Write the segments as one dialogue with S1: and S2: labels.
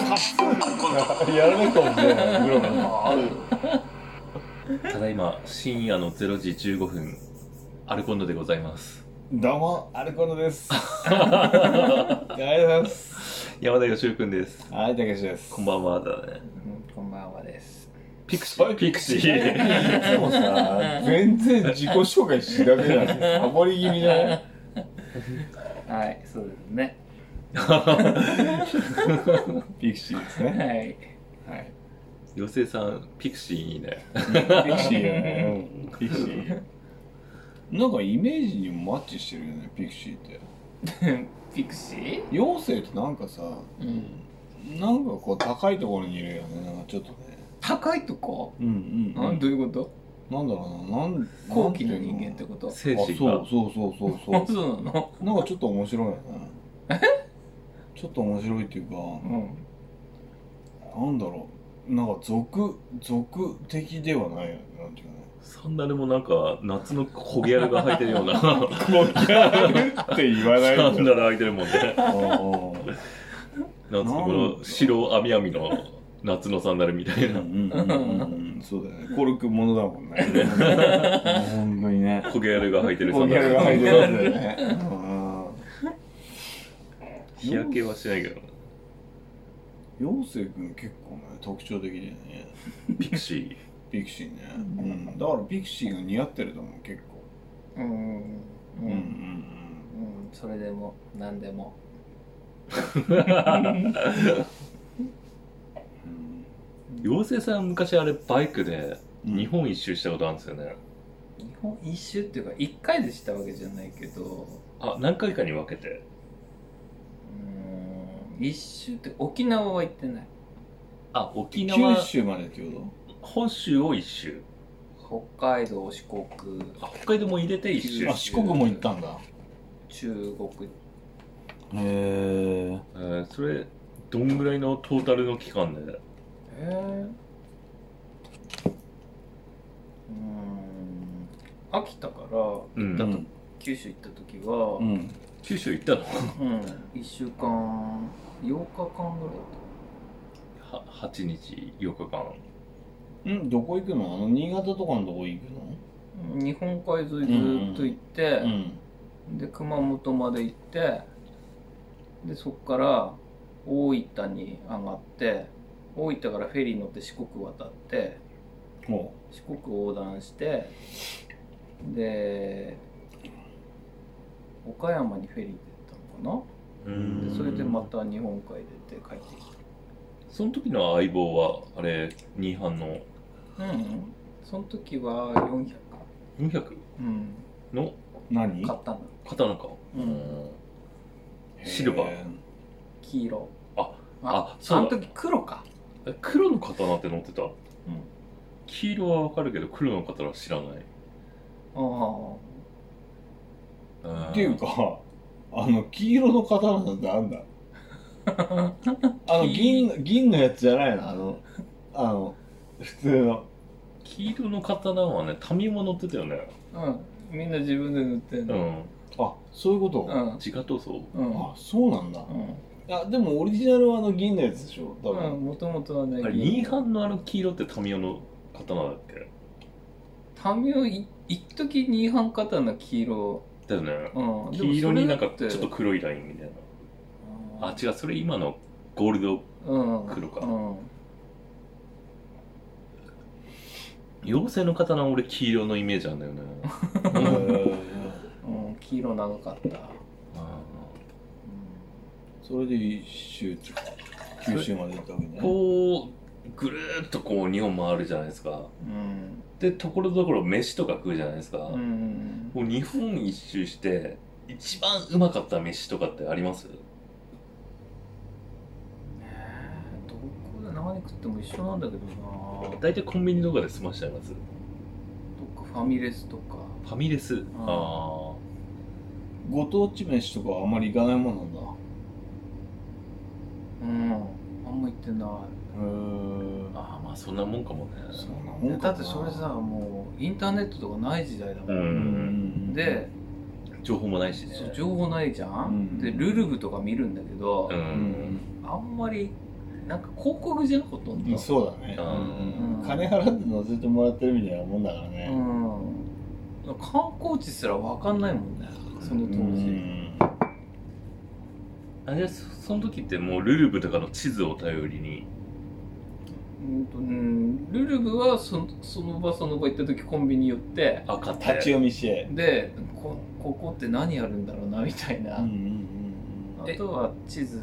S1: あるコント
S2: やられるかもしれないグローバ
S1: あある
S3: ただいま深夜の0時15分アルコンドでございます
S2: どうもアルコンドですありがとうございます
S3: 山田義夫君です
S2: はいたけしです
S3: こんばんはだね
S4: こんばんはです。
S3: ピクシーピクシー
S2: いつもさ全然自己紹介しなくなるサボり気味じゃない
S4: はい、そうですね。
S2: ピクシーです
S4: は
S2: ね
S4: い。
S2: はい
S3: 妖精さんピクシーいいね
S2: ピクシーだねうんピクシーなんかイメージにもマッチしてるよねピクシーって
S4: ピクシー
S2: 妖精ってなんかさ
S4: うん。
S2: なんかこう高いところにいるよねなんかちょっとね
S4: 高いとこ
S2: うんうん
S4: なんどういうこと
S2: なんだろうな、なん、
S4: 高貴な人間ってこと
S3: 精
S2: あ、
S3: 神
S2: そう
S3: が
S2: そうそうそう
S4: あ
S2: そ
S4: そうなの
S2: う。なんかちょっと面白いよね。ちょっと面白いっていうか、
S4: うん。
S2: なんだろう、なんか俗、俗的ではないよね、なんていう
S3: サンダルもなんか夏の小ギャルが履いてるよう なサ
S2: かね。って言わ ない
S3: ンダル履いてるもんね夏のこ
S2: なん
S3: の白網網の夏のサンダルみたい
S2: うんう
S3: なん
S2: うんうんうん、そうだよね。コルクものだもん ね。本当に ね。
S3: 小ギャルが履いてるサ
S2: 小
S3: ン
S2: ギ
S3: ダ
S2: ャルが入
S3: ル
S2: ってるやつだよね。 うんうん
S3: 日焼けはしないけど
S2: 陽生君結構ね、特徴的だよね。
S3: ピクシ
S2: ピクシーね、うん、だからピクシーが似合ってると思う結構
S4: うん。う
S2: うんうん
S4: ん。うん。それでも、何 でも。
S2: うん
S3: ー妖精さん昔あれバイクで
S2: うん
S3: 日本一周したことあるんですよね
S4: 日本一周っていうか、一回でしたわけじゃないけど、
S3: あ何回かに分けて
S4: うん。一周って沖縄は行ってない。
S3: あ沖縄
S2: 九州までってこ
S3: 本州を一周
S4: 北海道、四国、
S3: あ北海道も入れて一周
S2: と
S4: 九
S2: あ四国も行ったんだ
S4: 中国、
S2: へえ
S3: えーそれどんぐらいのトータルの期間で
S4: えー、うーん秋田から
S3: うん、
S2: うん
S4: 九州行った時は、
S2: うん
S3: 九州行ったの
S4: うん1週間8日間ぐらい
S3: は8日8日間
S2: うんどこ行くのあの新潟とかのとこ行くの
S4: だった日本海沿いずっと行って、
S2: ん
S4: で熊本まで行ってでそこから大分に上がって大分からフェリー乗って四国渡って
S2: ほ
S4: 四国横断してで岡山にフェリーで行ったのかな
S3: う
S4: でそれでまた日本海出て帰ってき
S3: その時の相棒はあれ2班の
S4: たうんその時は400
S3: 400
S4: うん
S3: の
S2: う何
S4: 買ったの
S3: 刀か、
S4: うん
S3: んシルバー
S2: へ
S4: 黄色
S3: ああ
S4: そ
S3: そう
S4: の
S3: だ
S4: 時黒か
S3: え黒の刀って乗ってた、
S4: ん
S3: 黄色はわかるけど黒の刀は知らない
S4: ああ
S3: うん
S2: っていうかあの黄色の刀なんてあ んだあの銀銀のやつじゃないのあのあの普通の
S3: 黄色の刀はね民も乗ってたよね
S4: うんみんな自分で塗ってん
S3: う
S4: の
S3: ん
S2: あそういうこと、
S4: うん
S3: 自家闘争
S4: うん
S2: あそうなんだ、
S4: うん
S2: あでもオリジナルはあの銀のやつでしょ多分、
S4: もともとはね
S3: あれ新班のあの黄色って民生の刀だっけ
S4: 民をい一時ニーハン刀黄色、
S3: だよね
S4: うん、でも
S3: 黄色になんか
S4: そ
S3: ちょっ
S4: れだて
S3: と黒いラインみたいなあ
S4: あ
S3: 違うそれ今のゴールド
S4: うん
S3: 黒か
S4: うん
S3: 妖精の刀俺黄色のイメージあんだよ ね
S4: うん、黄色長かった、
S3: あ
S2: それで一周九州まで行ったわけ
S3: ー
S2: ね
S3: こうぐるーっとこう日本回るじゃないですか
S4: うん
S3: でところどころ飯とか食うじゃないですか、
S4: うんうん、
S3: もう日本一周して一番うまかった飯とかってあります
S4: どこで何食っても一緒なんだけどなどっ
S3: 大体コンビニとかで済ましちゃいます
S4: かファミレスとか
S3: ファミレスあ
S2: ご当地飯とかあんまり行かないもんなんだ
S4: うんあんま行ってない
S2: へ
S3: ーあーまあそんなもんかもね
S2: そんなもんか
S4: だ
S2: な
S4: ってそれさもうインターネットとかない時代だも、
S3: うん
S2: うんうんん
S4: で、
S3: 情報もないしね
S4: そう情報ないじゃん、
S2: うん
S4: でルルブとか見るんだけど、
S3: う
S2: うんん
S4: あんまりなんか広告じゃんほとんど、
S2: うんそうだね、
S3: う
S2: うん
S3: ん
S2: 金払って乗せてもらってるみたいなもんだからね、
S4: うん観光地すら分かんないもんねその当時、
S2: うん
S3: あれそその時ってもうルルブとかの地図を頼りに
S4: うんとうん、ルルブはそその場その場行った時コンビニ寄って
S3: あ買っ
S2: 立ち
S3: て
S2: 読みして、
S4: でこここって何あるんだろうなみたいな、
S2: うんうんうんうん
S4: あとは地図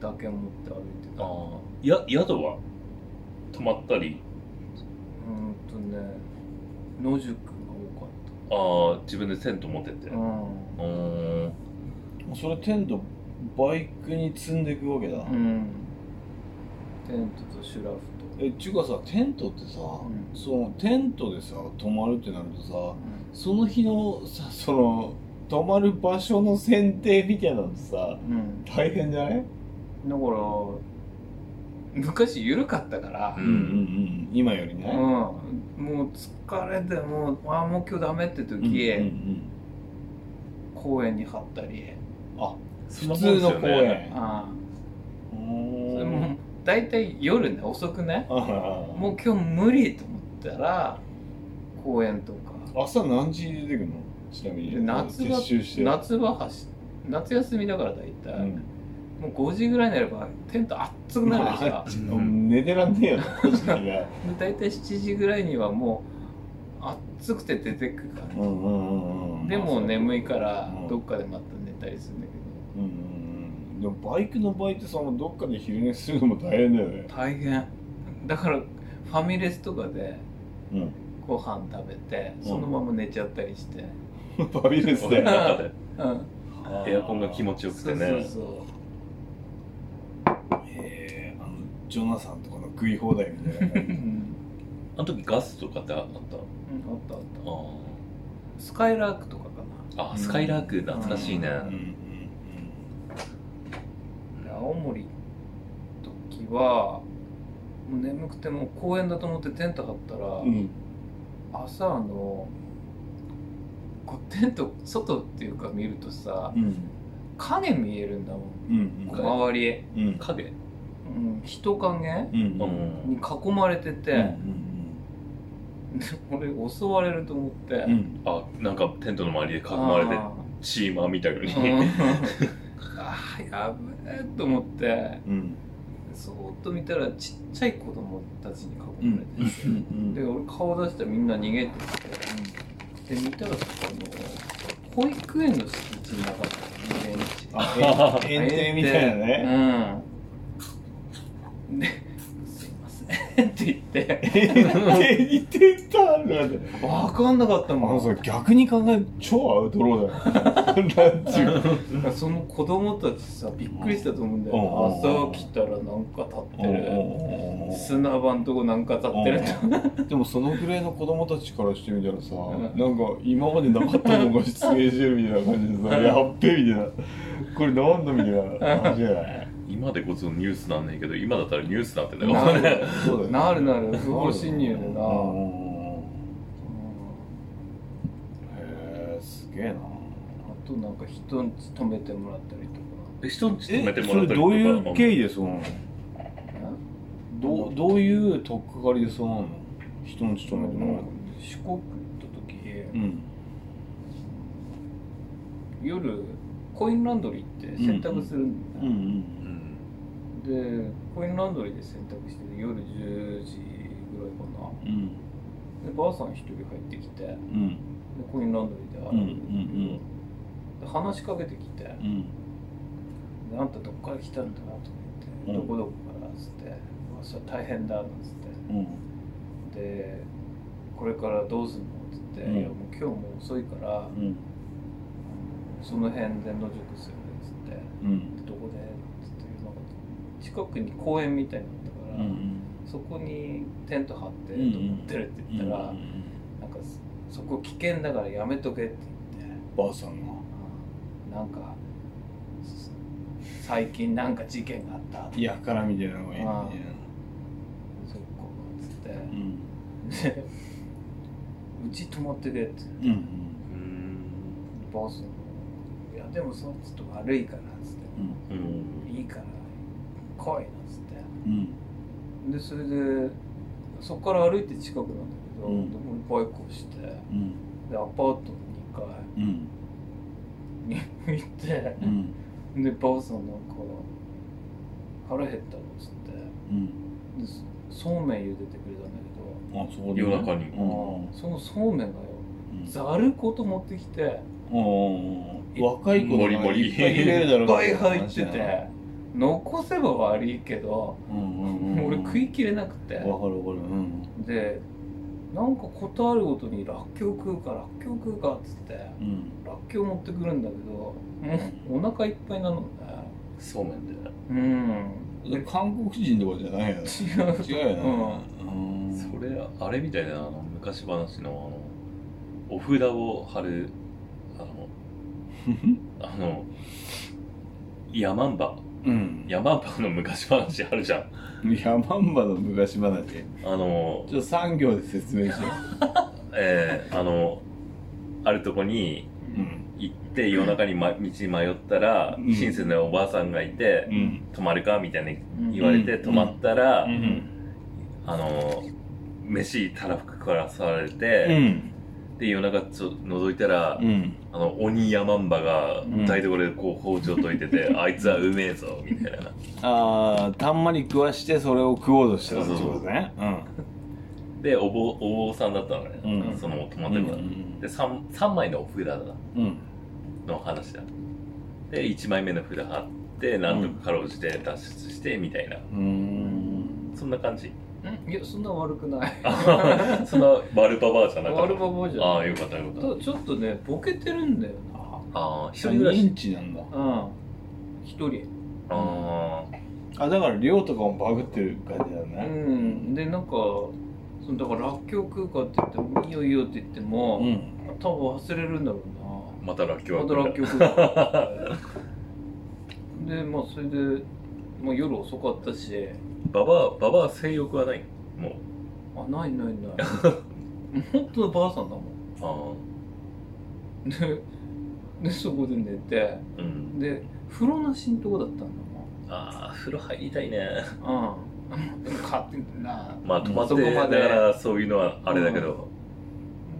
S4: だけ持って歩いて
S3: あ
S4: たう
S3: あや宿は泊まったり
S4: んとね野宿が多かっ
S3: ああ自分でテント持ってって
S4: た、う
S3: うん
S2: それテントバイクに積んでいくわけだ、
S4: ん、うん、テントとシュラフ
S2: えちゅうかさテントってさ、
S4: と、うん
S2: そのテントでさ泊まるってなるとさその日のさその泊まる場所の選定みたいなのさ
S4: うん、
S2: 大変じゃない
S4: だから昔緩かったから、
S3: う
S2: うんんうんうん今よりね、
S4: うん、もう疲れてもうあーもう今日ダメって時、
S2: うんうん
S4: 公園に張ったり、
S2: うん、普通の公園
S4: あ
S2: う
S4: あ
S2: ーん
S4: それも大体夜ね遅くね
S2: ああ
S4: もう今日無理と思ったら公園とか
S2: 朝何時に出てくるのちなみ
S4: で
S2: に
S4: 夏場
S2: 撤収して
S4: 夏場走夏休みだから大体、
S2: うん
S4: もう5時ぐらいになればテント熱くなるでし ょ、
S2: ちょっと寝てらんねえよな確 かにね
S4: で大体7時ぐらいにはもう暑くて出てくから、
S2: うんうんうんうん
S4: でも眠いから
S2: うん
S4: どっかでまた寝たりするんだけど
S2: うんうんうんでもバイクの場合ってそのどっかで昼寝するのも大変だよね
S4: 大変だからファミレスとかで
S2: うん
S4: ご飯食べてそのまま寝ちゃったりして、
S2: ファミレスで
S4: んうん、
S3: エアコンが気持ちよくてね
S4: そうそう
S2: えーあのジョナサンとかの食い放題みたいな感
S4: そう、う
S2: じ
S4: ん、
S3: あの時ガスとかってあったあ
S4: あったあった
S3: ー
S4: スカイラークとかか
S3: あスカイラーク懐かしいね、
S2: うんうん
S4: なで青森の時はもう眠くてもう公園だと思ってテント張ったら、
S2: うんうん
S4: 朝あのこうテント外っていうか見るとさ
S2: うん
S4: 影見えるんだも
S2: う
S4: ん
S2: ん
S4: こう周り、
S2: うんうん
S3: 影
S4: うん、人影
S2: うんうん
S3: う
S2: うん
S3: ん
S4: に囲まれてて、
S2: うん
S4: 俺襲われると思って、
S2: うんうん
S3: あなんかテントの周りで囲まれて
S4: あ
S3: チーマーみたいのに、
S4: ーうん あーやべえと思って
S2: うん
S4: そーっと見たらちっちゃい子供たちに
S2: う
S4: 囲まれて
S2: ん
S4: て、
S2: うん
S4: で俺顔出したらみんな逃げててで見たらそこあの保育園の敷地の中だったの
S2: あ
S3: あ
S2: 園園庭みたいなね
S4: ねうんですいませんって言って
S2: 園庭に出たんだって
S4: 分かんなかった
S2: あ
S4: も
S2: の
S4: ん
S2: さ逆に考えると超アウトローだよ なんちゅう
S4: その子供たちさびっくりしたと思うんだよ、
S2: うんうん
S4: 朝来たらなんか立っ
S2: う
S4: て
S2: んう
S4: る、
S2: んうんうん
S4: 砂場んとこなんか立ってると
S2: でもそのぐらいの子供たちからしてみたらさ、
S4: ん
S2: なんか今までなかったのが出現してるみたいな感じでさ、やっべみたいな、これなんだみたいな感じじゃない。
S3: 今でこそニュースなんねんけど今だったらニュースなってんだ
S4: な
S3: よ
S4: る
S3: ね
S2: そうだよね
S4: なるなる不法侵入だな、
S2: うんへえ、すげえな。
S4: あとなんか人んち泊めてもらったりとか
S3: え人んち
S2: え
S3: 止めて、も
S2: そ
S3: らっ
S2: れ
S3: たりとか
S2: どういう経緯でそうなのど
S4: う
S2: うどういうとっかかりでそうなの人の勤めてもらう
S4: 四国行った時、
S2: うん。
S4: 夜コインランドリーって洗濯するんだ
S2: うんう
S4: よ、
S2: ん
S4: でコインランドリーで洗濯してて夜10時ぐらいかな
S2: うん
S4: でばあさん一人入ってきてで
S2: うん
S4: コインランドリーで洗
S2: うんうん
S4: うんで話しかけてきて
S2: うんうん
S4: であんたどっから来たんだなと
S2: うん
S4: 思って、どこどこからっつって、まあ、それ大変だなんつっ
S2: うん
S4: てでこれからどうすんのっつって、
S2: うん
S4: いやもう今日もう遅いから、
S2: うん
S4: その辺で野宿するっつって
S2: うん
S4: でどこでつってなんか近くに公園みたいなの
S2: う
S4: あったから、
S2: ん
S4: そこにテント張って
S2: うんうん
S4: と思ってるって言ったら、
S2: うん
S4: なんかそこ危険だからやめとけって言って。
S2: ばあさんが
S4: なんか最近なんか事件があったとか
S2: やからみたいなのがいいね
S4: あそっかっつって
S2: うん
S4: でうち泊まっててって
S2: うんうん
S3: うん
S4: ボスもいやでもそっちょっと悪いからっつっ
S2: うん
S3: うん
S4: ていいから来い」なんつって
S2: うん。
S4: でそれでそこから歩いて近くなんだけど、
S2: うん
S4: で俺バイクをしてで
S2: うん。
S4: アパート
S2: うん。
S4: の2階に行って
S2: うん。
S4: でばあさんなんか「腹減ったの」っつって
S2: うん。
S4: でそそうめん茹でてくれたんだけど
S2: あ、そこで、
S3: 夜中に
S2: うん。うん
S4: そのそうめんがよざるごと持ってきて
S2: うん。若い子
S3: もりもり
S2: いっぱい入れるだろ
S4: いう
S2: け
S4: っ
S2: ど
S4: ぱい入ってて。残せば悪いけど、
S2: うんうんうん。
S4: 俺食いきれなくて
S2: わかるわかる。うん。
S4: でなんかことあるごとにらっきょう食うからっきょう食うかっつって
S2: うん。
S4: らっきょう持ってくるんだけどもうお腹いっぱいなのね
S3: そうめんで
S4: うんで
S2: 韓国人とかじゃないよね。
S4: 違う
S2: 違うよね。うん
S3: それあれみたいなあの昔話のあのお札を貼るあのあのヤマンバ
S2: うん。
S3: ヤマンバの昔話あるじゃん
S2: ヤマンバの昔話。ち
S3: あの
S2: ょっと産業で説明して。
S3: えーあのあるとこに
S2: うん。
S3: 行って夜中に、ま、道に迷ったら、
S2: うん
S3: 親切なおばあさんがいて
S2: うん。
S3: 「泊まるか?」みたいに
S4: うん
S3: 言われて、
S2: うん
S3: 泊まったら、
S2: うん。
S3: あの飯たらふくからされ
S2: う
S3: て、
S2: ん。
S3: で夜中ちょ覗いたら、
S2: うん。
S3: あの鬼ヤマンバが
S2: ん
S3: 台所でこう包丁研いてて、あいつはうめえぞみたいな
S2: ああ、たんまり食わしてそれを食おうとしてたって
S3: そうそう
S2: ことね。うん。
S3: でお坊お坊さんだったのね、
S2: うん
S3: その泊ま
S2: う
S3: っ
S2: ん
S3: てるから、で 3, 三枚のお札だ
S2: うん。
S3: の話だで1枚目の札貼ってなんとかかろうじて脱出してみたいな、
S2: うん。
S3: そんな感じ
S4: うんいやそんな悪くない
S3: あ そんな悪ババアじゃなかっ
S4: 悪
S3: た
S4: ババアじゃん
S3: ああよかったよかった
S4: ちょっとねボケてるんだよな
S3: ああ一人暮らし
S2: 認知なんだ。
S4: うん一人
S3: あ
S2: あ、だから量とかもバグってる感じだ
S4: う
S2: ね。
S4: んでなんかそのだかららっきょう食うかって言ってもいいよいいよって言っても、
S2: うん。
S4: 多分忘れるんだろ
S3: あまたらっき
S4: う
S3: ょ
S4: なま
S3: う
S4: た
S3: が
S4: らっきょう食うかでまあそれで、まあ、夜遅かったし
S3: ババアババア性欲はないもう
S4: あないないない本当のばあさんだもん
S3: あ
S4: で でそこで寝て
S3: あうん
S4: で風呂なしんとこだったんだ
S3: ああ風呂入りたいね
S4: もんうんでも勝手にな
S3: まあ泊まって
S4: そこま
S3: だか
S4: で
S3: らそういうのはあれだけど、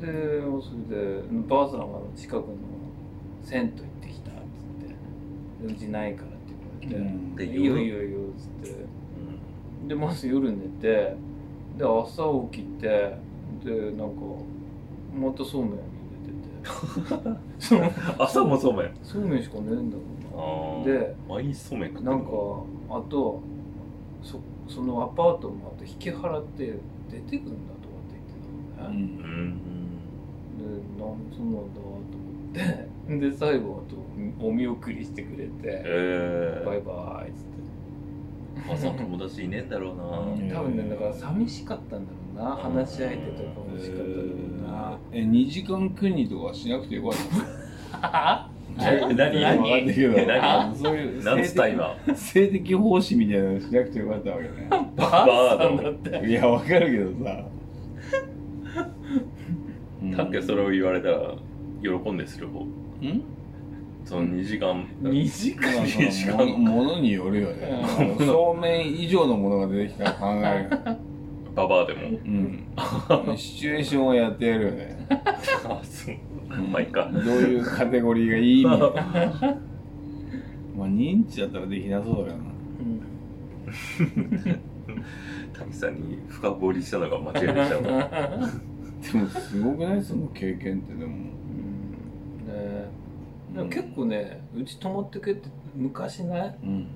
S4: でそれでばあさんは近くの銭湯行ってきたっつってでうちないからって言われて、
S3: で
S4: でいいよいいよいいよっつってでまず夜寝てで朝起きてでなんかまたそうめん 茹でててその
S3: うん朝もそうめんあ
S4: そうめんしかねえんだ
S3: あ
S4: もんなで
S3: 毎日そうめん食って
S4: な
S3: る
S4: んかあとそそのアパートもあと引き払って出てくんだとかって言ってた
S2: う。
S4: もんね、
S3: うんん
S4: でなんそうなんだと思って で最後あとお見送りしてくれ
S3: え
S4: て「
S3: え
S4: バイバイ」っつって
S3: 朝友達いねえんだろう
S2: う
S3: なん
S4: 多分ねだから寂しかったんだろうな話し相手とかも欲しかったんだろう な
S2: え、2時間くにとかしなくてよかった。
S3: え何
S2: わかんないけど。
S3: 何
S2: あそういう
S3: 何つった今
S2: 性的奉仕みたいなのしなくてよかったわけね。
S4: ばあさんだって
S2: いや、わかるけどさ。
S3: たっけそれを言われたら喜んでする方
S2: うん
S3: その2時間
S4: 2時間
S2: まあ
S3: いい時
S2: そ
S3: 間
S2: のも ものによるよね。
S4: う
S2: そうめん以上のものが出てきたら考えるよ。
S3: ババアでも
S2: うん。シチュエーションはやってやるよね。
S3: あそうまあいっか
S2: どういうカテゴリーがいいみたいな。まあ認知だったらできなそうだからな。
S3: 滝さんに深掘りしたのが間違いでしたもん
S2: でもすごくないその経験ってでも。
S4: うんねでも結構ねうち泊まってけって昔ね
S2: うん。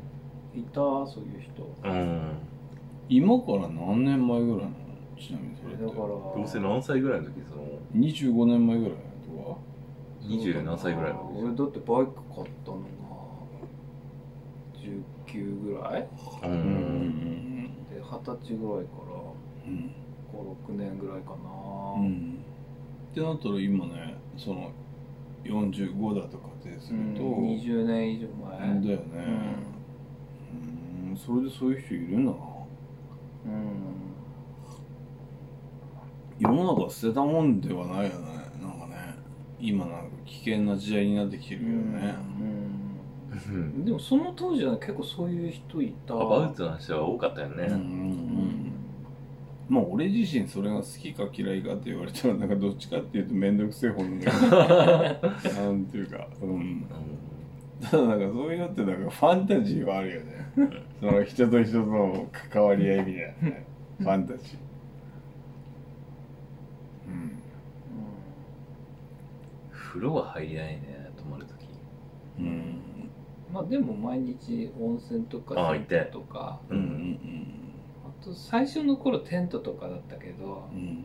S4: いたそういう人
S3: うん
S2: 今から何年前ぐらいなのちなみにそれっ
S4: だ
S2: て
S4: か。ら
S3: どうせ何歳ぐらいの時その
S2: 25年前ぐらいとか
S3: 20何歳ぐらいの
S4: 俺だってバイク買ったのが19ぐらい
S3: 時う
S2: うんん。
S4: で二十歳ぐらいから
S2: うん。
S4: 56年ぐらいかな、
S2: うん。ってなったら今ね、その45だと仮定す
S4: う
S2: る
S4: ん
S2: と、
S4: 20年以上
S2: だ
S4: 前
S2: よね。
S4: う
S2: うん、それでそういう人いるな。
S4: ん、
S2: 世の中捨てたもんではないよね。なんかね、今なんか危険な時代になってきて
S4: う
S2: るよ
S4: ん
S2: ね。
S4: うん
S3: うん
S4: でもその当時は結構そういう人いた
S3: アバウトな人は多かったよ
S2: うんう
S3: ね、
S2: ん
S4: うん
S2: まあ俺自身それが好きか嫌いかって言われたらなんかどっちかっていうと面倒くせえ方なんだ けどなんていうか、うん、ただなんかそういうのってなんかファンタジーはあるよねその人と人との関わり合いみたいなねファンタジー
S3: 風呂は入りないね泊まるとき
S2: うんうん
S4: まあでも毎日温泉とか
S3: あ行って
S4: 銭湯とか
S2: うんうん
S4: あと最初の頃テントとかだったけど
S2: うんうん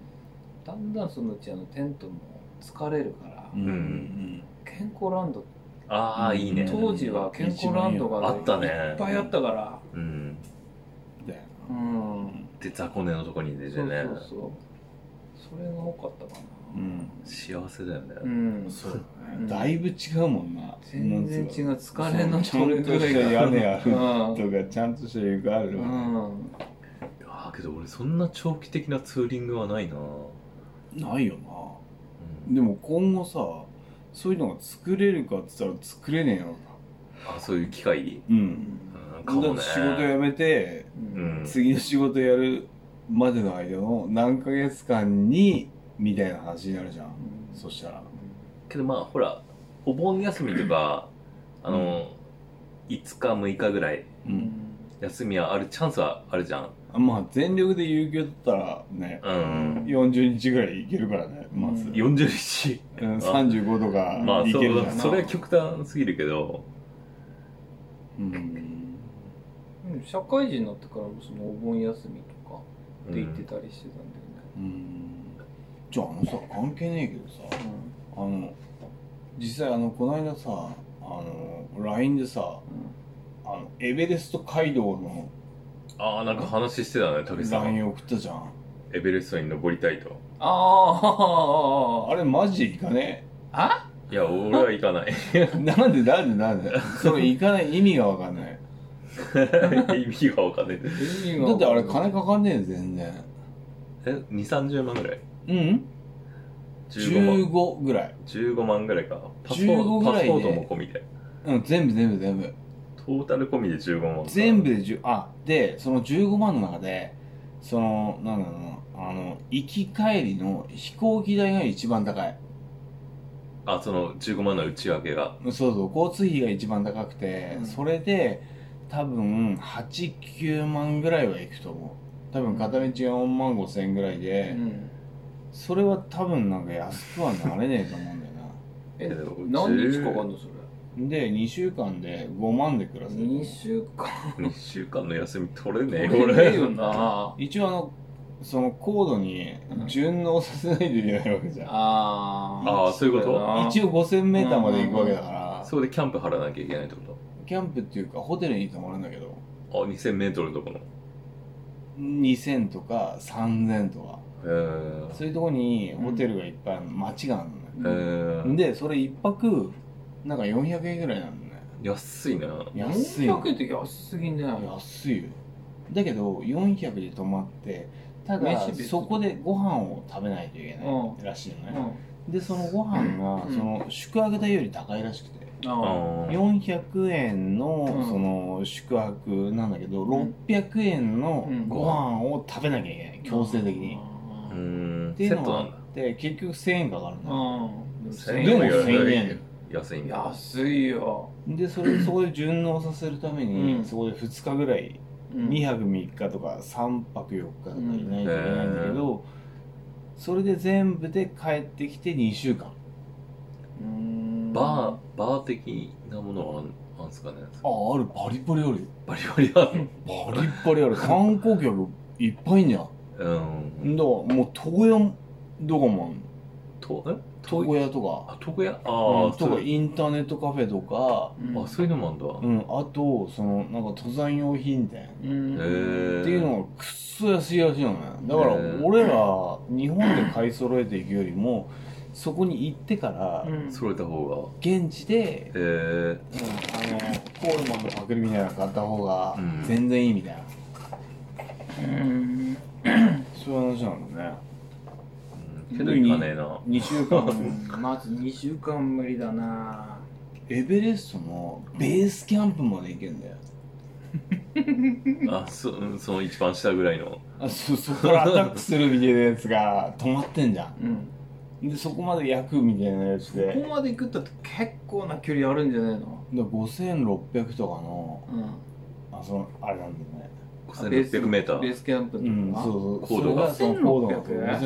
S4: だんだんそのうちあのテントも疲れるから
S2: うんうん
S4: 健康ランド
S3: ああ、いいね
S4: 当時は健康ランドが、
S3: あったね
S4: いっぱいあったから
S3: うん
S2: だよ
S4: う
S2: なん
S3: で雑魚寝のとこに出て
S4: そう
S3: ね
S4: そうそうそれが多かったか
S2: う
S4: なん
S3: 幸せだよね、
S4: うん
S2: そうだ
S4: う
S2: ね
S4: ん
S2: だいぶ違うもんな
S4: 全然
S2: なんつう
S4: 違
S2: の
S4: う疲れの
S2: そう
S4: 取れぐらい
S2: ちゃんとした屋根ある
S4: うん
S2: とかちゃんとした床ある
S4: う
S2: わ
S4: ん
S3: ああけど俺そんな長期的なツーリングはないな、
S2: ないよ
S3: うん
S2: なでも今後さそういうのが作れるかっつったら作れねえよな
S3: あそういう機会、
S2: う
S4: うんん
S3: うん、か
S2: だ
S3: も
S2: って
S3: ね
S2: 仕事辞めて
S3: うん
S2: 次の仕事やるまでの間の何ヶ月間にみたいな話になるじゃんそしたら
S3: けどまあほらお盆休みとかあの、5日6日ぐらい
S2: うん
S3: 休みはあるチャンスはあるじゃん
S2: あまあ全力で有給取ったらね
S3: うん
S2: 40日ぐらいいけるからねまず、
S4: うん
S3: 40日
S2: うん、35と
S3: ま
S2: か
S3: あ
S2: い
S3: そ
S2: けるじゃん、
S3: うそれは極端すぎるけど
S2: うん
S4: うん社会人になってからもそのお盆休みとかって言ってたりしてたんだよね
S2: うんじゃああのさ関係ねえけどさ
S4: うん
S2: あの実際あのこの間さあの LINE でさあのエベレスト街道の
S3: ああなんか話してたね武さん
S2: LINE 送ったじゃん
S3: エベレストに登りたいと
S4: ああ
S2: あれマジで行かね
S4: あ
S3: いや俺は行かない
S2: え なんでなんでなんでそれ行かない意味がわかんない
S3: 意味が分かんない
S4: 意味が
S2: だってあれ金かかんねえよ全然
S3: え2三3 0万ぐらい
S2: うん
S3: 15万
S2: 15ぐらい、
S3: 15万ぐらいかパスポ
S2: 15
S3: ー
S2: ぐ
S3: ト
S2: らい
S3: パス
S2: で
S3: ポートも込みで
S2: うん、全部全部全部
S3: トータル込みで15万か
S2: 全部で10あでその15万の中でそのなんだろうなあの行き帰りの飛行機代が一番高い
S3: あその15万の内訳が
S2: そうそう交通費が一番高くて、
S4: うん
S2: それで多分89万ぐらいは行くと思う多分片道4万5千円ぐらいで、
S4: うん
S2: それは多分なんか安くはなれねえと思うんだよな
S4: え
S3: けど
S4: 何日かかんのそれ
S2: で2週間で5万で暮らせる
S4: 2週間
S3: 2週間の休み取れねえよ
S4: 取れねえよ
S3: 俺
S4: な
S2: 一応あのその高度に順応させないといけないわけじゃん
S4: あー
S3: あーそういうこと
S4: だよな
S2: 一応 5000m まで行くわけだから、
S3: そこでキャンプ張らなきゃいけないってこ
S2: キャンプっていうかホテルに泊まるんだけど
S3: とあ 2000m のとこのへ
S2: 2000とか3000とか
S3: え
S2: そういうとこにホテルがいっぱいあるの街があるのね、
S3: へー
S2: でそれ一泊なんか400円ぐらいなのね
S3: 安いな
S2: 安いの
S4: 400円って安すぎね
S2: 安いよだけど400で泊まってただ
S4: 飯別
S2: そこでご飯を食べないといけ
S4: う
S2: ないらしいの
S4: う
S2: ね、
S4: ん
S2: でそのご飯が、
S4: うん
S2: その宿泊代より高いらしくて、
S4: あ
S3: あー
S2: 400円の
S4: うん
S2: その宿泊なんだけど、
S4: うん
S2: 600円の
S4: うん
S2: ご飯を食べなきゃいけない、
S4: ー
S2: 強制的に、
S3: う
S4: う
S3: ーん
S2: ってい
S3: セ
S2: う
S3: ッ
S2: の
S3: ト
S2: が
S3: な
S2: あ
S3: んだ
S2: って結局1000円かかるの、
S4: ん
S3: 1000
S2: でも
S3: より
S2: 1000円
S3: 安いんだ
S4: 安いよ
S2: でそれそこで順応させるために、
S4: うん
S2: そこで2日ぐらい、2泊3日とか3泊4日とかいないといけないんだけど、それで全部で帰ってきて2週間
S4: うん
S3: バーバー的なものはあんあんすかね
S2: あああるバリバリある
S3: バリバリある
S2: バリバリある観光客いっぱいいんじゃんだか
S3: うん
S2: らもう床屋どこもあんの
S3: とえ
S2: 床屋とか
S3: あ床屋あ
S2: う
S3: あ
S2: んとかインターネットカフェとか、
S4: うん
S3: あそういうのもあんだ
S2: うん、あとそのなんか登山用品店
S4: うん
S3: へえ
S2: っていうのがくっそ安いらしいのねだから
S3: へー
S2: 俺ら日本で買い揃えていくよりもそこに行ってから
S4: うん
S3: 揃えた方
S2: 現地で、
S3: がへ
S2: うん、あのコールマンのパクリみたいなの買った方が
S3: うん
S2: 全然いいみたいな、
S4: うん
S2: そういう話なんだね
S3: えけど行かねえな
S2: 2週間
S4: まず2週間無理だな
S2: エベレストのベースキャンプまで行けんだよ
S3: あそうんその一番下ぐらいの
S2: あそそこからアタックするみたいなやつが止まってんじゃ
S4: うん
S2: んでそこまで焼くみたいなやつ
S4: そ
S2: で
S4: こまで行くったって結構な距離あるんじゃないの
S2: で5600とかの
S4: う
S2: あそのあれなんだよね
S4: んベース
S3: 5600メータ
S4: ベー
S3: ー
S4: スキャンプ
S2: う
S4: のと
S2: んそう
S4: か
S2: そう
S3: 高度が
S2: それその高度が
S4: 5600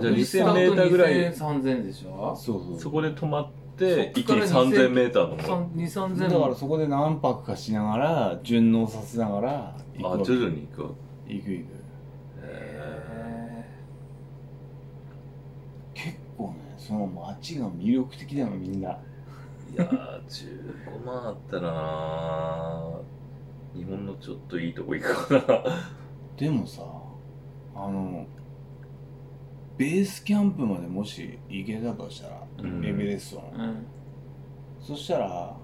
S2: 5600
S3: じゃあ
S2: 日
S3: 2000
S2: 産
S3: メーターぐらい
S4: 2000 3000でしょ
S2: そうそう
S3: そこで止まって
S4: そっ
S3: 一
S4: か
S3: 気
S4: ら
S3: に3000メーターの方
S4: 2 3 0 0
S2: だからそこで何泊かしながら順応させながら行く
S3: あ
S2: わけ
S3: 徐々に行くわ
S2: 行く行く
S3: へ
S2: 結構ねその街が魅力的だよみんな
S3: ーいやー15万あったら日本のちょっといいとこ行くかな
S2: でもさあのベースキャンプまでもし行けたとしたら、
S3: うん
S2: エベレストの、
S4: うん
S2: そしたら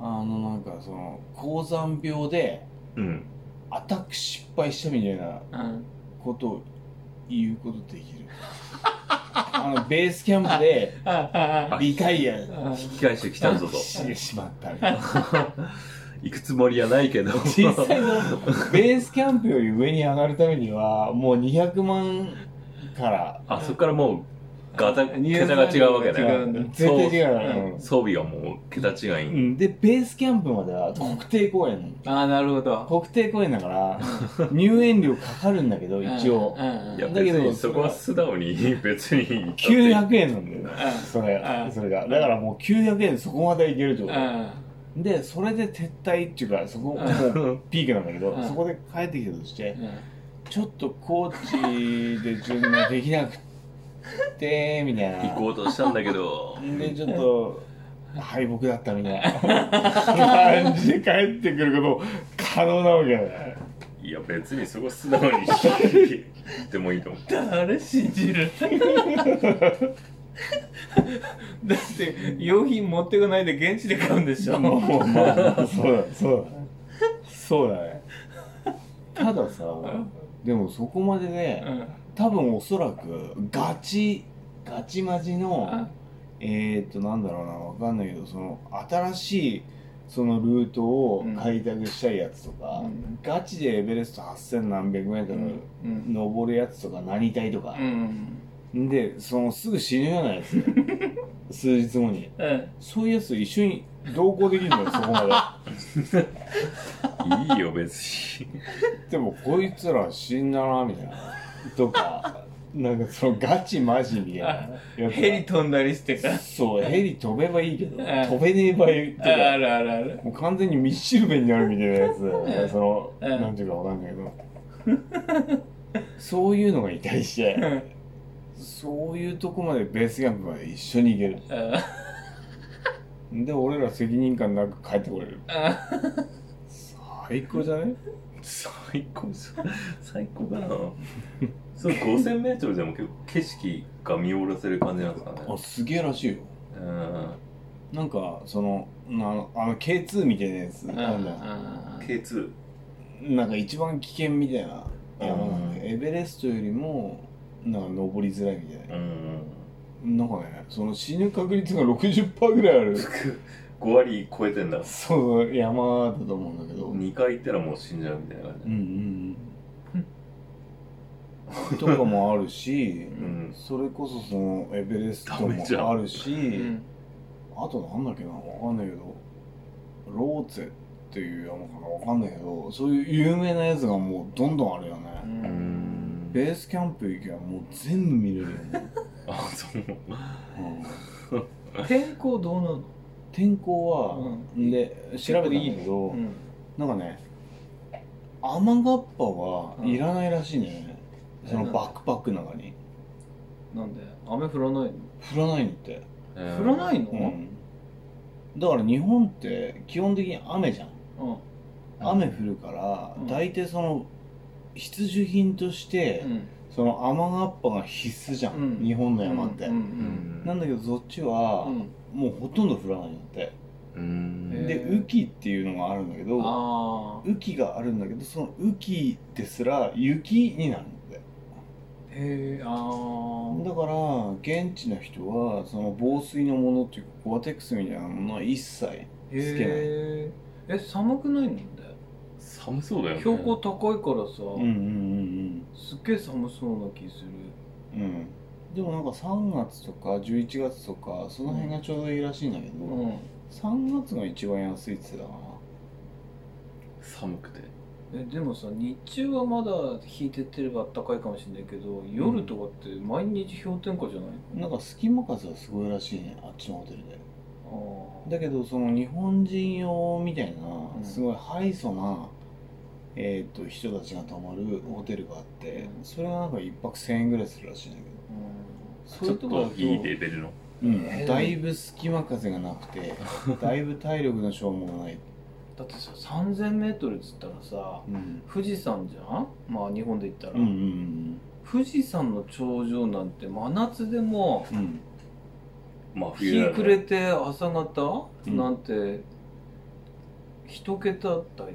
S2: あのなんかその高山病で
S3: うん
S2: アタック失敗したみたいな
S4: うん
S2: ことを言うことで きるあのベースキャンプで
S4: あ
S2: リタイア
S4: あ
S3: 引き返してきた ぞと
S2: してしまったみたいな
S3: 行くつもりはないけど
S2: 実際のベースキャンプより上に上がるためにはもう200万から
S3: あそこからもうガタ
S4: ニュー
S3: 桁が違うわけだ
S4: 違
S3: よ
S4: うんだ
S2: 絶対違うよね
S3: 装備がもう桁違
S2: う
S3: い、
S2: ん、でベースキャンプまでは国定公園
S4: あなるほど
S2: 国定公園だから入園料かかるんだけど一応
S4: うんうん
S3: いや
S2: だけ
S3: 別
S2: ど
S3: にそこは素直に別に
S2: 900円なんだよ
S4: うん
S2: それ
S4: うん
S2: それがだからもう900円そこまでいけるってこ
S4: うん
S2: とでそれで撤退っていうかそこ
S4: うん
S2: もうピークなんだけど
S4: うん
S2: そこで帰ってきたとして
S4: うん
S2: ちょっと高知で順応できなくて みたいな
S3: 行こうとしたんだ けど
S2: でちょっと敗北だったみたいな感じで帰ってくること可能なわけだね
S3: いや別にそこ素直に行ってもいいと思う
S4: 誰信じるだって用品持ってこないで現地で買うんでしょ
S2: まあまあまあそうだそうだそうだねたださ
S4: ん
S2: でもそこまでね多分おそらくガチガチマジのえー、っとなんだろうなわかんないけどその新しいそのルートを開拓したいやつとか、
S4: うん
S2: ガチでエベレスト8000何百メートル
S4: うん
S2: 登るやつとか何体とか
S4: う、ん
S2: でそのすぐ死ぬようなや つ数日後に
S4: うん
S2: そういうやつと一緒に同行できるのよそこまで
S3: いいよ別に
S2: でもこいつら死んだなみたいなとかなんかそのガチマジみたいなやつ
S4: ヘリ飛んだりしてから
S2: そうヘリ飛べばいいけど
S4: うん
S2: 飛べねえ場合と
S4: あ
S2: か
S4: るあるある
S2: もう完全にミッシルベになるみたいなやつだよね
S4: うん
S2: その
S4: うん
S2: なんていうかわかんないけどそういうのがいたりして
S4: うん
S2: そういうとこまでベースキャンプまで一緒に行ける
S4: あ
S2: で俺ら責任感なく帰ってこれる
S4: あ
S2: 最高じゃない
S3: 最高じゃん最高かな そう 5000m でも結構景色が見下ろせる感じなんですかね
S2: あすげえらしいよ
S3: うん
S2: なんかそのなあのあの K2 みたいなやつ
S4: うん
S2: なんだよ
S3: K2
S2: なんか一番危険みたいな山なの
S3: うん
S2: エベレストよりもなんか登りづらいみたいな、
S3: ん
S2: なんかねその死ぬ確率が60%ぐらいある
S3: 5割超えてんだ
S2: そう山だと思うんだけどうん
S3: 2回行ったらもう死んじゃうみたいな感
S2: う
S3: じ
S2: んうんとかもあるし、
S3: うん
S2: それこそそのエベレスト
S3: ダメじゃん
S2: もあるし、
S4: うん
S2: あとなんだっけなわかんないけどローツェっていう山かなわかんないけどそういう有名なやつがもうどんどんあるよね、
S3: うん
S2: ベースキャンプ行けばもう全部見れるよね、
S3: あそう
S2: うん
S4: 天候どうなの
S2: 天候は、で調べたんだけど、
S4: うん
S2: なんかね雨がっぱはいらないらしいんだよね、
S4: うん
S2: そのバックパックの中に
S4: なんで雨降らない
S2: 降らないのって、
S3: え
S4: の
S3: ー
S4: 降らないの
S2: うんだから日本って基本的に雨じゃん
S4: うん
S2: 雨降るから、
S4: うん
S2: 大体その必需品として、
S4: うん
S2: その雨がっぱが必須じゃん、
S4: うん
S2: 日本の山って、
S4: うん
S3: う
S4: うん
S3: ん
S2: なんだけどそっちは、
S4: うん
S2: もうほとんど降らないんだって、
S3: うん
S4: へー
S2: で雨季っていうのがあるんだけど
S4: ああ
S2: 雨季があるんだけどその雨季ですら雪になるんだって
S4: へへえあー
S2: だから現地の人はその防水のものっていうかゴアテックスみたいなものは一切
S4: へええ寒くないんだよ
S3: 寒そうだよね
S4: 標高高いからさ、
S2: うんうんうん
S4: すっげえ寒そうな気する
S2: うんうんでもなんか3月とか11月とかその辺がちょうどいいらしいんだけど、
S4: うん
S2: 3月が一番安いって言ってたかな
S3: 寒くて
S4: えでもさ日中はまだ引いてってれば暖かいかもしれないけど夜とかって毎日氷点下じゃない
S2: なんか隙間風はすごいらしいねあっちのホテルで
S4: の、あ
S2: だけどその日本人用みたい
S4: うん
S2: なすごいハイソな、えー、と人たちが泊まるホテルがあって
S4: うん
S2: それがなんか1泊1000円ぐらいするらしいんだけど
S4: ーうんそ
S3: ち
S4: うい
S3: ょ
S4: う
S3: っ
S4: とこだ
S3: と
S4: と
S3: いいレベルの
S2: うん
S4: えー
S2: だいぶ隙間風がなく てだいぶ体力の消耗がない、
S4: だってさ 3000m っつったらさ
S2: うん、
S4: 富士山じゃんまあ日本で言ったら、
S2: うんうん
S4: 富士山の頂上なんて真夏でも
S2: うんうん
S3: まあ冬だ
S4: 日
S3: よね
S4: 暮れて朝方、
S2: うん
S4: なんて一桁台だよ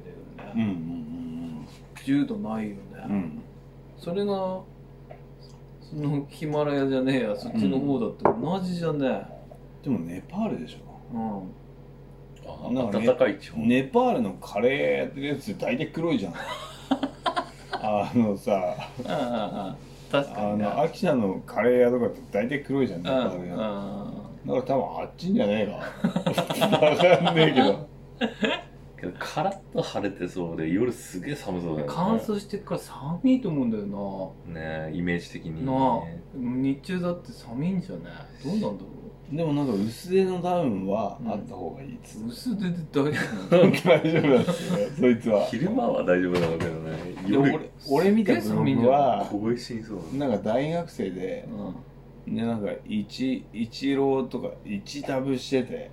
S2: うんう
S4: ね、
S2: ん
S4: 10度ないよね、
S2: うんうん
S4: それがそのヒマラヤじゃねえやそっちの方だって同じじゃね
S2: でもネパールでしょ
S4: えうん
S3: あ
S2: なんかね
S3: 暖かい地方
S2: ネパールのカレーやってるやつ大体黒い じゃんあのさ
S4: あああ確か
S2: あ
S4: にね
S2: の秋田のカレー屋とかって大体黒いじゃん、ね、
S4: うん
S2: カレー
S4: う
S2: 屋
S4: ん
S2: だから多分あっちんじゃね えかわかんねえけど
S3: けどカラッと晴れてそうで夜すげえ寒そうだよね
S4: 乾燥してっから寒いと思うんだよ
S3: ねイメージ的に、
S4: ななあ日中だって寒いんじゃねえどうなんだろ
S2: でもなんか薄手のダウンはあった方がいいっつって、
S4: う薄手で大丈夫なんだ
S2: 大丈夫なんですよねそいつは
S3: 昼間は大丈夫なのけどね
S2: でも
S3: 夜
S2: 俺俺見たブログは
S3: 凍え死にそうだね
S2: なんか大学生で
S4: うん
S2: でなんか一一浪とか一ダブしてて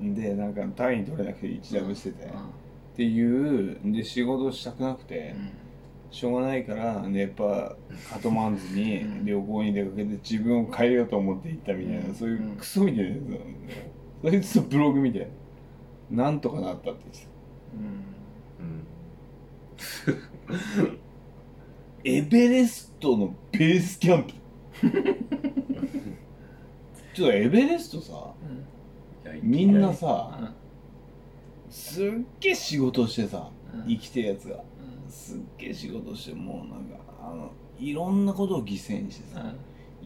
S4: うん
S2: でなんか単位取れなくて一ダブしてて、
S4: うん
S2: っていうで仕事したくなくて、
S4: うん
S2: しょうがないからネパーカトマンズに
S4: うん
S2: 旅行に出かけて自分を変えようと思って行ったみたいな、
S4: うん
S2: そういうクソみたいなやつなんだよ、そいつのブログ見てなんとかなったって言ってた
S4: うん
S3: うん
S2: エベレストのベースキャンプちょっとエベレストさ
S4: うん
S3: いや
S2: みんな
S4: う
S2: さ
S4: ん
S2: すっげえ仕事してさ
S4: うん
S2: 生きてるやつがすっげえ仕事してもうなんかあのいろんなことを犠牲にして
S4: う
S2: さ、
S4: ん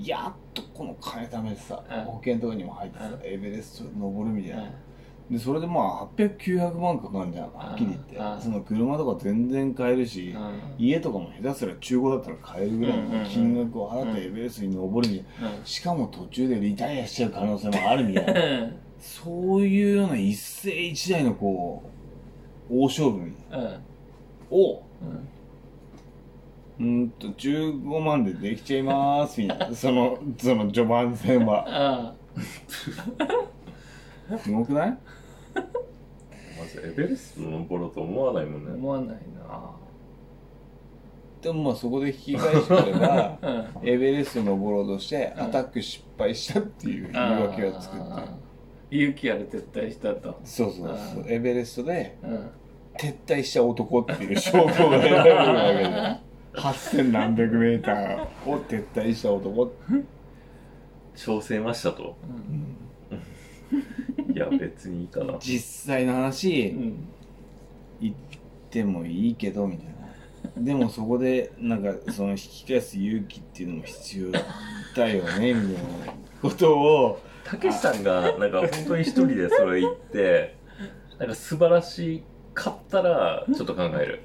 S2: やっとこの金貯めてさ、
S4: うん
S2: 保険とかにも入ってさ、
S4: うん
S2: エベレスト登るみたいな、
S4: う
S2: でそれでまあ800900万かかるんじゃんはっきり言って、
S4: うん
S2: その車とか全然買えるし、
S4: んうん
S2: 家とかも下手すら中古だったら買えるぐらいの金額を払ってエベレストに登るみたいな、しかも途中でリタイアしちゃう可能性もあるみたいなそういうような一世一代のこう大勝負みたいな
S4: うんうん
S2: を
S4: うん
S2: うーんと15万でできちゃいますみたいな そのその序盤戦は
S4: あ
S2: すごくない
S3: まずエベレスト登ろうと思わないも
S4: あ
S3: んね
S4: 思わないな
S2: でもまあそこで引き返してくれ ば
S4: うん
S2: エベレスト登ろうとして
S4: うん
S2: アタック失敗したっていう言い訳を作って
S4: て勇気ある撤退したと
S2: そうそうそう
S4: う
S2: エベレストで
S4: うん
S2: 撤退した男っていう証拠が得られるわけじゃ ん8000何百メーターを撤退した男、
S3: 挑戦はしたと
S2: うん
S3: いや別にいいかな
S2: 実際の話、
S4: うん
S2: 行ってもいいけどみたいなでもそこでなんかその引き返す勇気っていうのも必要だよねみたいなことを
S3: たけしさんがなんか本当に一人でそれ言ってなんか素晴らしかったらちょっと考える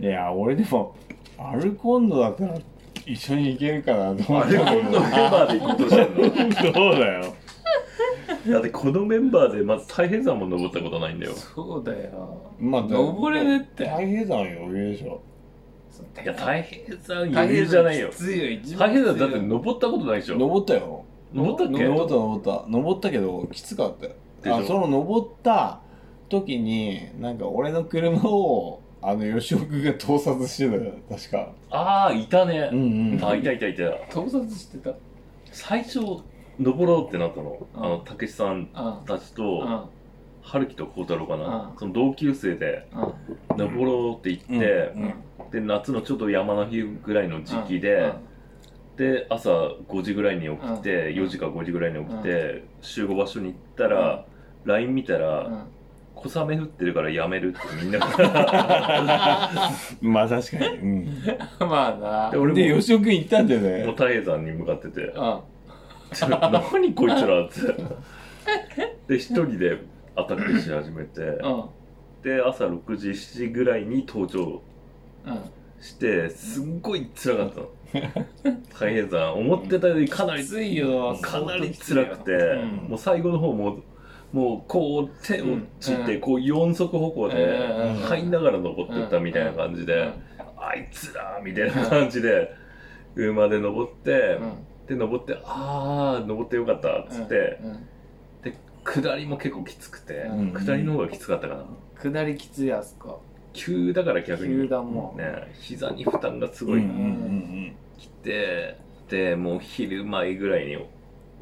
S2: いや俺でもアルコンドだったら一緒に行けるかなと思
S3: あ
S2: って
S3: れこのメン バーで行こうとしてん
S2: そうだよ
S3: のだってこのメンバーでまず大変さも登ったことないんだよ
S4: そうだよ
S2: まあ
S4: 登れねって
S2: 大平山余裕でしょ
S3: いや大変さ余裕じゃないよ
S4: きついよ一
S3: 大
S4: 番
S3: 変
S4: きつい
S3: だ
S4: よ
S3: だって登ったことないでしょ
S2: 登ったよ
S3: 登ったっけ
S2: 登った登った登ったけどきつかったよ
S3: でしょ
S2: あその登った時になんか俺の車をあの吉尾君が盗撮してたよ確か
S3: ああいた
S2: う
S3: ね、
S2: ん うん
S3: あいたいたいた
S4: 盗撮してた
S3: 最初登ろうってなったの
S4: うん
S3: あのたけしさん
S4: あ
S3: たち
S4: あ
S3: と
S4: あ
S3: 春樹と孝太郎かな
S4: うん
S3: その同級生で
S4: あ
S3: 登ろうって言って
S2: うん
S3: で夏のちょっと山の日ぐらいの時期でって朝5時ぐらいに起きて、
S4: うん
S3: 4時か5時ぐらいに起きて、集合場所に行ったら、LINE 見たら、小雨降ってるからやめるってみん なから
S2: まあ確かに。うん。
S4: うん、 まあな
S3: で俺も
S2: で、吉尾くん行ったんだよ
S3: もう
S2: ね。
S3: 大栄山に向かってて
S4: うん
S3: 「何こいつら」って で一人でアタックし始めて、
S4: うん
S3: で朝6時7時ぐらいに登頂
S4: うん
S3: してすっごい辛かったの 大変さん思ってたよりかなり
S4: ついよ
S3: かなり辛くて、
S4: うん
S3: もう最後の方ももうこう手をついて、
S4: うん
S3: こう四足歩行で
S4: うん
S3: 入りながら登ってったみたいな感じで、あいつらみたいな感じで馬で登って、で登ってああ登ってよかったっつって、で下りも結構きつくて、
S4: うん
S3: 下りの方がきつかったかな
S4: 下りきついあそこ
S3: 急だから逆
S4: 急
S3: に
S4: だもん
S3: ね膝に負担がす
S2: うんう
S3: ご
S2: ん
S3: い
S2: うん
S3: きて、でもう昼前ぐらいに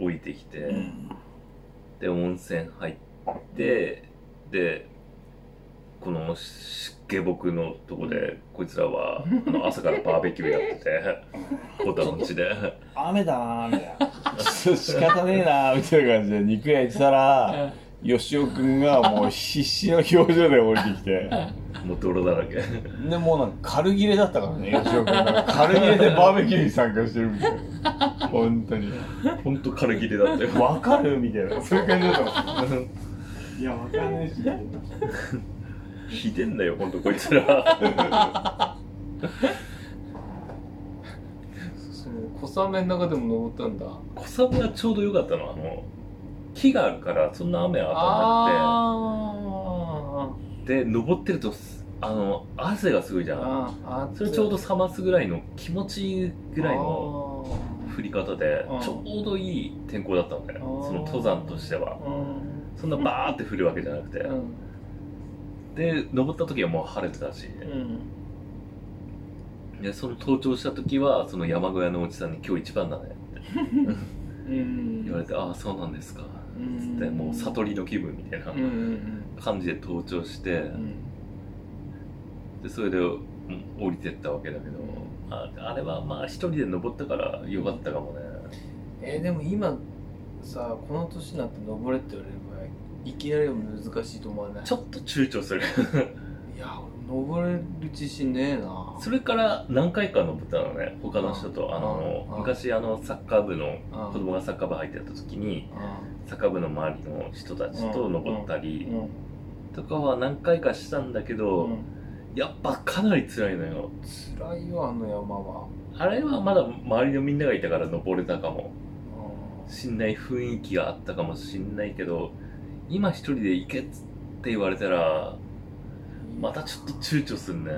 S3: 降りてきて、
S2: うんうん。
S3: で温泉入ってでこの湿気僕のとこでこいつらはあの朝からバーベキューやって てボタン落ちで
S2: 雨だなーみたいな。 ちょっと仕方ねえなーみたいな感じで肉焼いてたら、吉尾くんがもう必死の表情で降りてきて。
S3: もう泥だらけ
S2: でもうなんか軽切れだったからね、吉尾くんが。軽切れでバーベキューに参加してるみたいな。本当に。
S3: ほんと軽切れだった よ
S2: わかるみたいな。そういう感じだったもん。いや、わかんないし。
S3: ひでんだよほんとこいつら
S4: 小雨の中でも登ったんだ
S3: 小雨がちょうど良かったのあの木があるからそんな雨は当たらな
S4: あ
S3: くてで登ってるとすあの汗がすごいじゃん
S4: ああ
S3: それちょうど冷ますぐらいの気持ちいいぐらいの降り方で
S4: うん
S3: ちょうどいい天候だったんだよ
S4: あー
S3: その登山としては
S4: うん
S3: そんなバーって降るわけじゃなくて、
S4: うん
S3: で登った時はもう晴れてたし、
S4: うん
S3: でその登頂した時はその山小屋のおじさんに「今日一番だね」って
S4: うん
S3: 言われて「ああそうなんですか」
S4: うん
S3: つってもう悟りの気分みたいな
S4: うんうん
S3: 感じで登頂して、
S4: うん
S3: でそれでうん降りてったわけだけどああれはまあ一人で登ったからよかったかもね
S4: えーでも今さこの年になって登れって言われる場合いきなりは難しいと思わない
S3: ちょっと躊躇する
S4: いや俺登れる自信ねえな
S3: それから何回か登ったのね他の人とあの
S4: うん
S3: 昔あのサッカー部の
S4: うん
S3: 子供がサッカー部入ってた時にサッカー部の周りの人たちと登ったり
S4: うん
S3: とかは何回かしたんだけど、
S4: うん
S3: やっぱかなり辛いのよ
S4: 辛いよあの山は
S3: あれはまだ周りのみんながいたから登れたかもしんない雰囲気があったかもしんないけど今一人で行けっつって言われたら
S4: うん
S3: またちょっと躊躇するね
S4: うん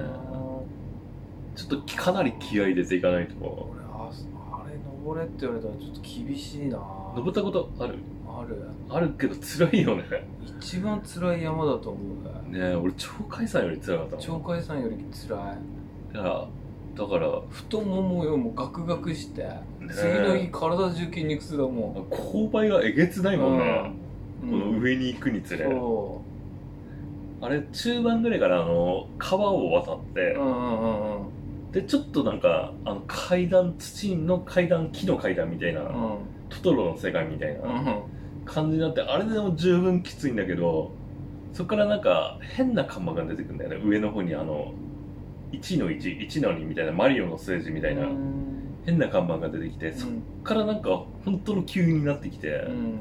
S3: ちょっとかなり気合い入れていかないと
S4: 俺ああれ登れって言われたらちょっと厳しいな
S3: 登ったことある
S4: ある
S3: あるけど辛いよね
S4: 一番辛い山だと思う
S3: ね
S4: ね
S3: え俺鳥海山より辛かったもん
S4: 鳥海山より辛い
S3: だからだから
S4: 太ももよもうガクガクして、
S3: え
S4: 次の日体中筋肉痛だも
S3: 勾配がえげつないもんね、
S4: ん、
S3: この
S4: うん
S3: 上に行くにつれ、
S4: そ
S3: あれ中盤ぐらいからあの川を渡って
S4: う、うんうんうんうん
S3: でちょっとなんかあの階段土の階段木の階段みたいな、
S4: うん
S3: トトロの世界みたいな
S4: うん
S3: 感じになってあれでも十分きついんだけどそこからなんか変な看板が出てくるんだよね上の方にあの1の11の2みたいなマリオの数字みたいな、
S4: うん
S3: 変な看板が出てきてそこからなんか本当の急になってきて、
S4: うん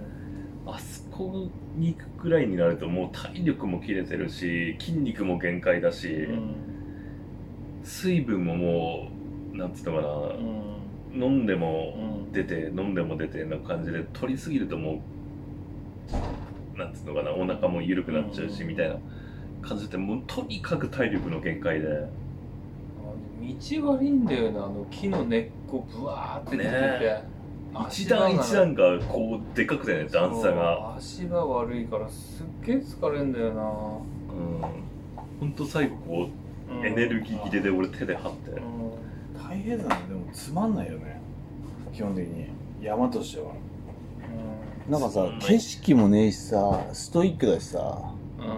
S3: あそこに行くくらいになるともう体力も切れてるし筋肉も限界だし、
S4: うん
S3: 水分ももうなんつったかな、
S4: うん
S3: 飲んで
S4: う
S3: も
S4: ん
S3: 出て飲んでも出てな感じで取りすぎるともうなんつうのかなお腹も緩くなっちゃうし、
S4: うん
S3: みたいな感じでもうとにかく体力の限界で
S4: 道悪いんだよなあの木の根っこぶわーって出て
S3: ね
S4: て
S3: え一段一段がこうでかくてね段差が。
S4: そう足が悪いからすっげえ疲れんだよ
S3: うんほんと最後こ
S4: な、
S3: うエネルギー切れで俺手で張って
S4: ー、うん
S2: 大変だね。でもつまんないよね。基本的に。山としては。なんか
S3: つ
S2: さ
S3: まん、ない
S2: 景色もねえしさ、ストイックだしさ、
S4: うんうん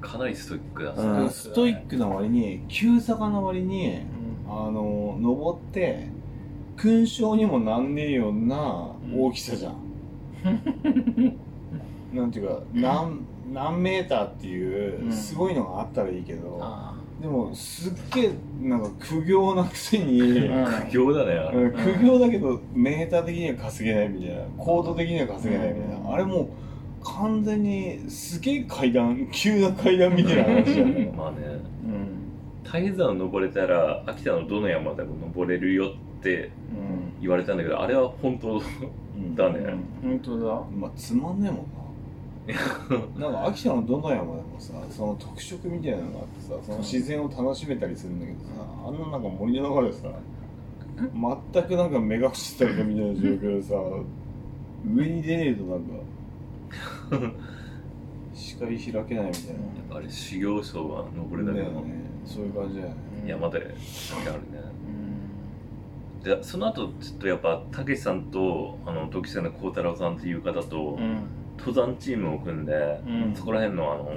S3: かなりストイックだ
S2: う
S3: さ、
S2: んストイックな割に、急坂な割に、あの、登って、勲章にもなんねえような大きさ じゃん、なんていうか何何メーターっていう
S4: うん
S2: すごいのがあったらいいけど、
S4: あ
S2: でもすっげえなんか苦行なくせに、
S4: あうん
S3: 苦行だねあ
S2: う
S3: れ
S2: ん苦行だけどメーター的には稼げないみたいなコード的には稼げないみたいな、
S4: うん
S2: あれもう完全にすげえ階段急な階段みたいな話じゃ ん
S3: まあね
S4: うん
S3: 大山登れたら秋田のどの山でも登れるよって
S4: うん
S3: 言われたんだけどあれは本当だね、
S4: 本当だ
S2: まあつまんねえもんななんか秋田のどの山でもさその特色みたいなのがあってさその自然を楽しめたりするんだけどさあんななんか森の中でさ全くなんか目隠しされたみたいな状況でさ上に出ねえとなんか視界開けないみたいな
S3: やっぱあれ修行僧は登れだけ
S2: だよ
S3: の
S2: ねそういう感じだよね
S3: 山
S4: だ
S3: であるね
S4: うん
S3: でその後ちょっとやっぱたけしさんとあの時瀬の幸太郎さんっていう方と
S4: うん
S3: 登山チームを組んで、
S4: うん
S3: そこら辺のあの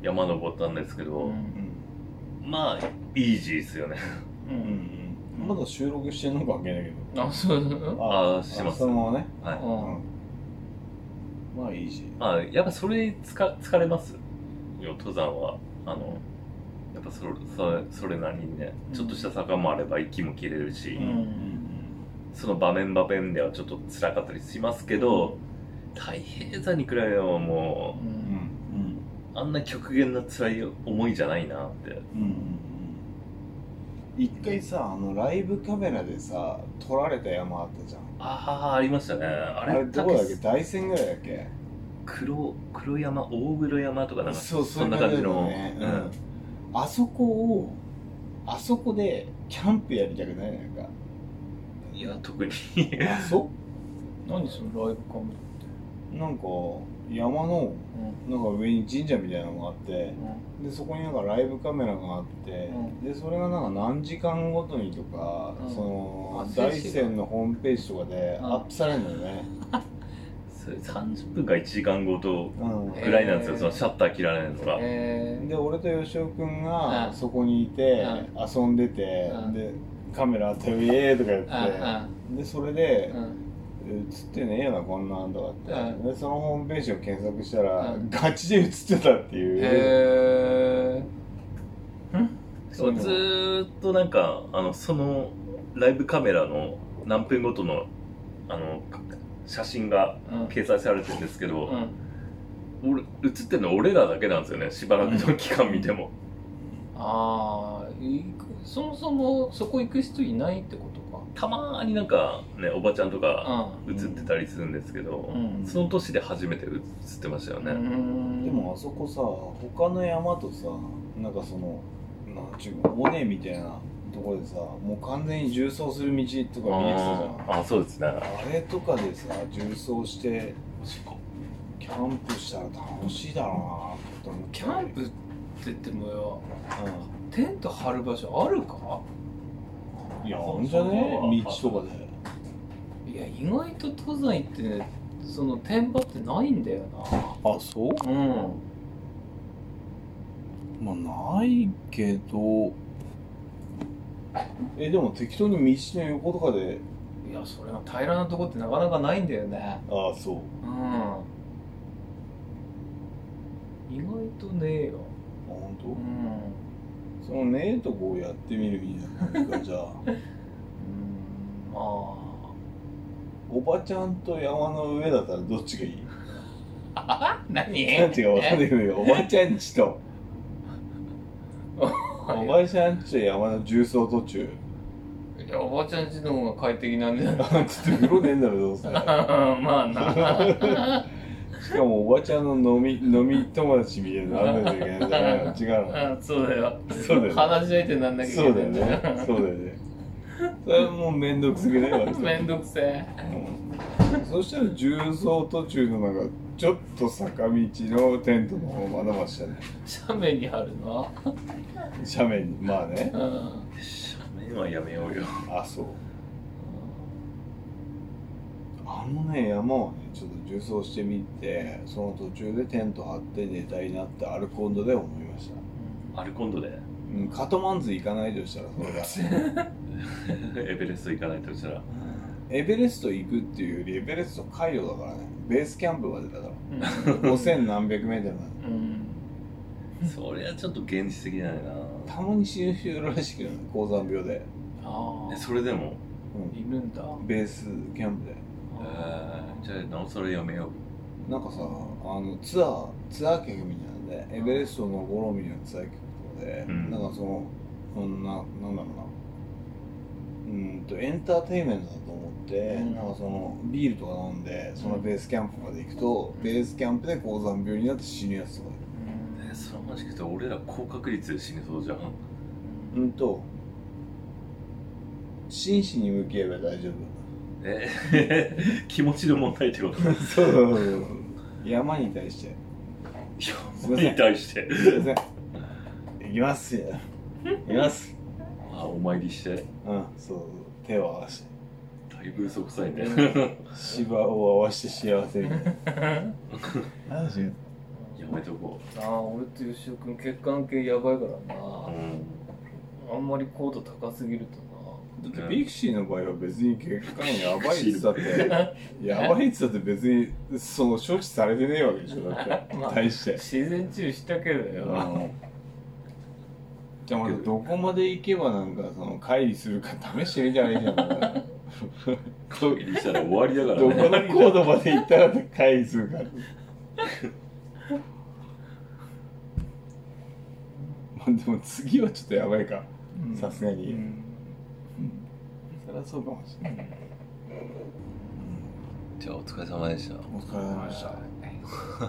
S3: 山登ったんですけど、
S4: うん
S3: まあイージーですよね
S4: う
S2: うん
S4: ん
S2: うんまだ収録してんのかわかんないけど
S4: あそうなの
S3: あーしてます
S2: そのままね
S3: はい、
S2: うんまあいいし
S3: まあやっぱそれつか疲れますよ登山はあのやっぱそれそれそれなりにねちょっとした坂もあれば息も切れるし、
S4: うん
S3: その場面場面ではちょっと辛かったりしますけど太平山に比べればも
S4: う
S3: うん
S2: うん
S3: あんな極限な辛い思いじゃないなって
S2: うんうん一回さあのライブカメラでさ撮られた山あったじゃん
S3: ああありましたねあ
S2: あ
S3: れ
S2: れどこだっけ
S3: たけ
S2: 大山ぐらいだっけ
S3: 黒黒山大黒山とかなんか
S2: そう
S3: そんな感じの、
S2: そういう感じだよねうんあそこをあそこでキャンプやりたくないなんか
S3: うん、いや特に
S2: あそ
S4: 何そのライブカメ
S2: なんか山の
S4: ラうん
S2: なんか上に神社みたいなのがあって
S4: う
S2: でそこになんかライブカメラがあって、
S4: う
S2: でそれがなんか何時間ごとにとか、
S4: うん
S2: その
S4: あ
S2: 大山のホームページとかで
S4: うん
S2: アップされるんだよね、
S3: それ30分か1時間ごと
S2: うん
S3: ぐらいなんですよ、
S4: えー
S3: そのシャッター切られないのが、
S4: えー
S2: で俺と吉尾君
S4: う
S2: が
S4: ん
S2: そこにいて、遊んでて、
S4: うん
S2: でカメラあったよ「イエーイ!」とか
S4: あ
S2: 言って、
S4: あ
S2: でそれで
S4: う、ん
S2: 映ってねえよなこんなん」とかって、
S4: うん
S2: でそのホームページを検索したら、
S4: うん
S2: ガチで映ってたっていう、
S4: へえん
S3: そうずーっとなんかあのそのライブカメラの何分ごとのあのか写真が
S4: うん
S3: 掲載されてるんですけ
S4: う
S3: ど、
S4: ん
S3: 俺写ってるの俺らだけなんですよねしばらくの期間見ても、
S4: ああそもそもそこ行く人いないってことか
S3: たまーになんかねおばちゃんとか
S4: う
S3: 写ってたりするんですけど、
S4: うん
S3: その年で初めて写ってましたよね、
S4: ん
S2: でもあそこさ他の山とさなんかそのなんちゅうの尾根みたいなところでさもう完全に縦走する道とか見えてたじ
S3: あーあそうですね
S2: ゃんあれとかでさ縦走してキャンプしたら楽しいだろうなと思って
S4: キャンプって言ってもよ
S2: う
S4: テント張る場所あるか
S2: んいやあんじゃね
S3: そう
S2: 道とかで
S4: いや意外と登山行ってねそのテンパってないんだよ
S2: あそう
S4: なうん
S2: まあないけどえでも適当に道の横とかで
S4: いやそれが平らなとこってなかなかないんだよね
S2: ああそう
S4: うん意外とねえよ
S2: あ本当、
S4: うん
S2: そのねえとこをやってみるみたいなじゃ あ
S4: うんま
S2: おばちゃんと山の上だったらどっちがいい
S4: あ何
S2: なんていうか分かんないけどおばちゃんちとおばちゃんちと山の重曹途中
S4: いやおばちゃんちの方が快適なんじゃない
S2: ちょっと風呂ねえんだろどうせ
S4: まあな
S2: しかもおばちゃんの飲み飲み友達みたいになんないといけないじゃない違うの
S4: うんそうだよ
S2: そうだよね
S4: 話し相手になんなきゃい
S2: そ
S4: けな
S2: う
S4: い
S2: だよねそうだよねそれはもう面倒くさくない わけ
S4: めんどくせえ
S2: うんそしたら重曹途中のなんかちょっと坂道のテントの方まだましだね
S4: 斜面にあるな
S2: 斜面にまあね
S4: うん
S3: 斜面はやめようよ
S2: あそうあのね山をねちょっと縦走してみてその途中でテント張って寝たいなってアルコンドで思いました、
S3: アルコンドで
S2: うん、カトマンズ行かないとしたらそれが
S3: エベレスト行かないとしたら
S2: エベレスト行くっていうよりエベレスト回路だからねベースキャンプまでだから
S4: うん
S2: 5000何百メートルなの
S4: うん
S3: そりゃちょっと現実的じゃないな
S2: たまに死ぬ人いるらしいけどね高山病で、
S4: あ
S3: え
S4: あ
S3: それでも、
S2: うん
S4: いるんだ
S2: ベースキャンプで
S3: えー、じゃあなおさらやめよ
S2: なんかさあのツアーツアー客みたいなんでエベレストを登ろうみたいなツアー客とかで、
S3: うん
S2: なんかそのうんななんだろうなうーんとエンターテインメントだと思って、
S4: うん
S2: なんかそのビールとか飲んでそのベースキャンプまで行くと、ベースキャンプで高山病になって死ぬやつとかいる
S3: う、えその 話聞くと俺ら高確率で死にそうじゃん
S4: うん
S2: うんと真摯に向き合えば大丈夫
S3: え 気持ちの問題ってこと
S2: そうそうそう山に対して
S3: 山に対して
S2: すいません 行きますよ行きます
S3: あお参りして
S2: うんそうそう手を合わせて
S3: だいぶ嘘くさいね
S2: 芝を合わせて幸せみたいな話が
S3: やめとこ
S4: ああ俺と吉尾君血管系やばいか
S3: う、う、
S4: らなんあんまり高度高すぎると
S2: だってビクシーの場合は別に結果やばいっつだって
S4: な
S2: やばいっつだって別にその処置されてねえわけでしょだって
S4: まあ
S2: 対して
S4: 自然治癒したけど
S2: う
S4: よ
S2: んじゃあまずどこまで行けばなんかその乖離するか試してみたらいいじゃん
S3: 会議したら終わりだから
S2: どこ
S3: ね
S2: の高度まで行ったら乖離するか まあでも次はちょっとやばいか
S4: うん
S2: さすがに
S4: うん
S2: そりゃそうかもしれない
S3: じゃあお疲れ様でした
S2: お疲れ様でした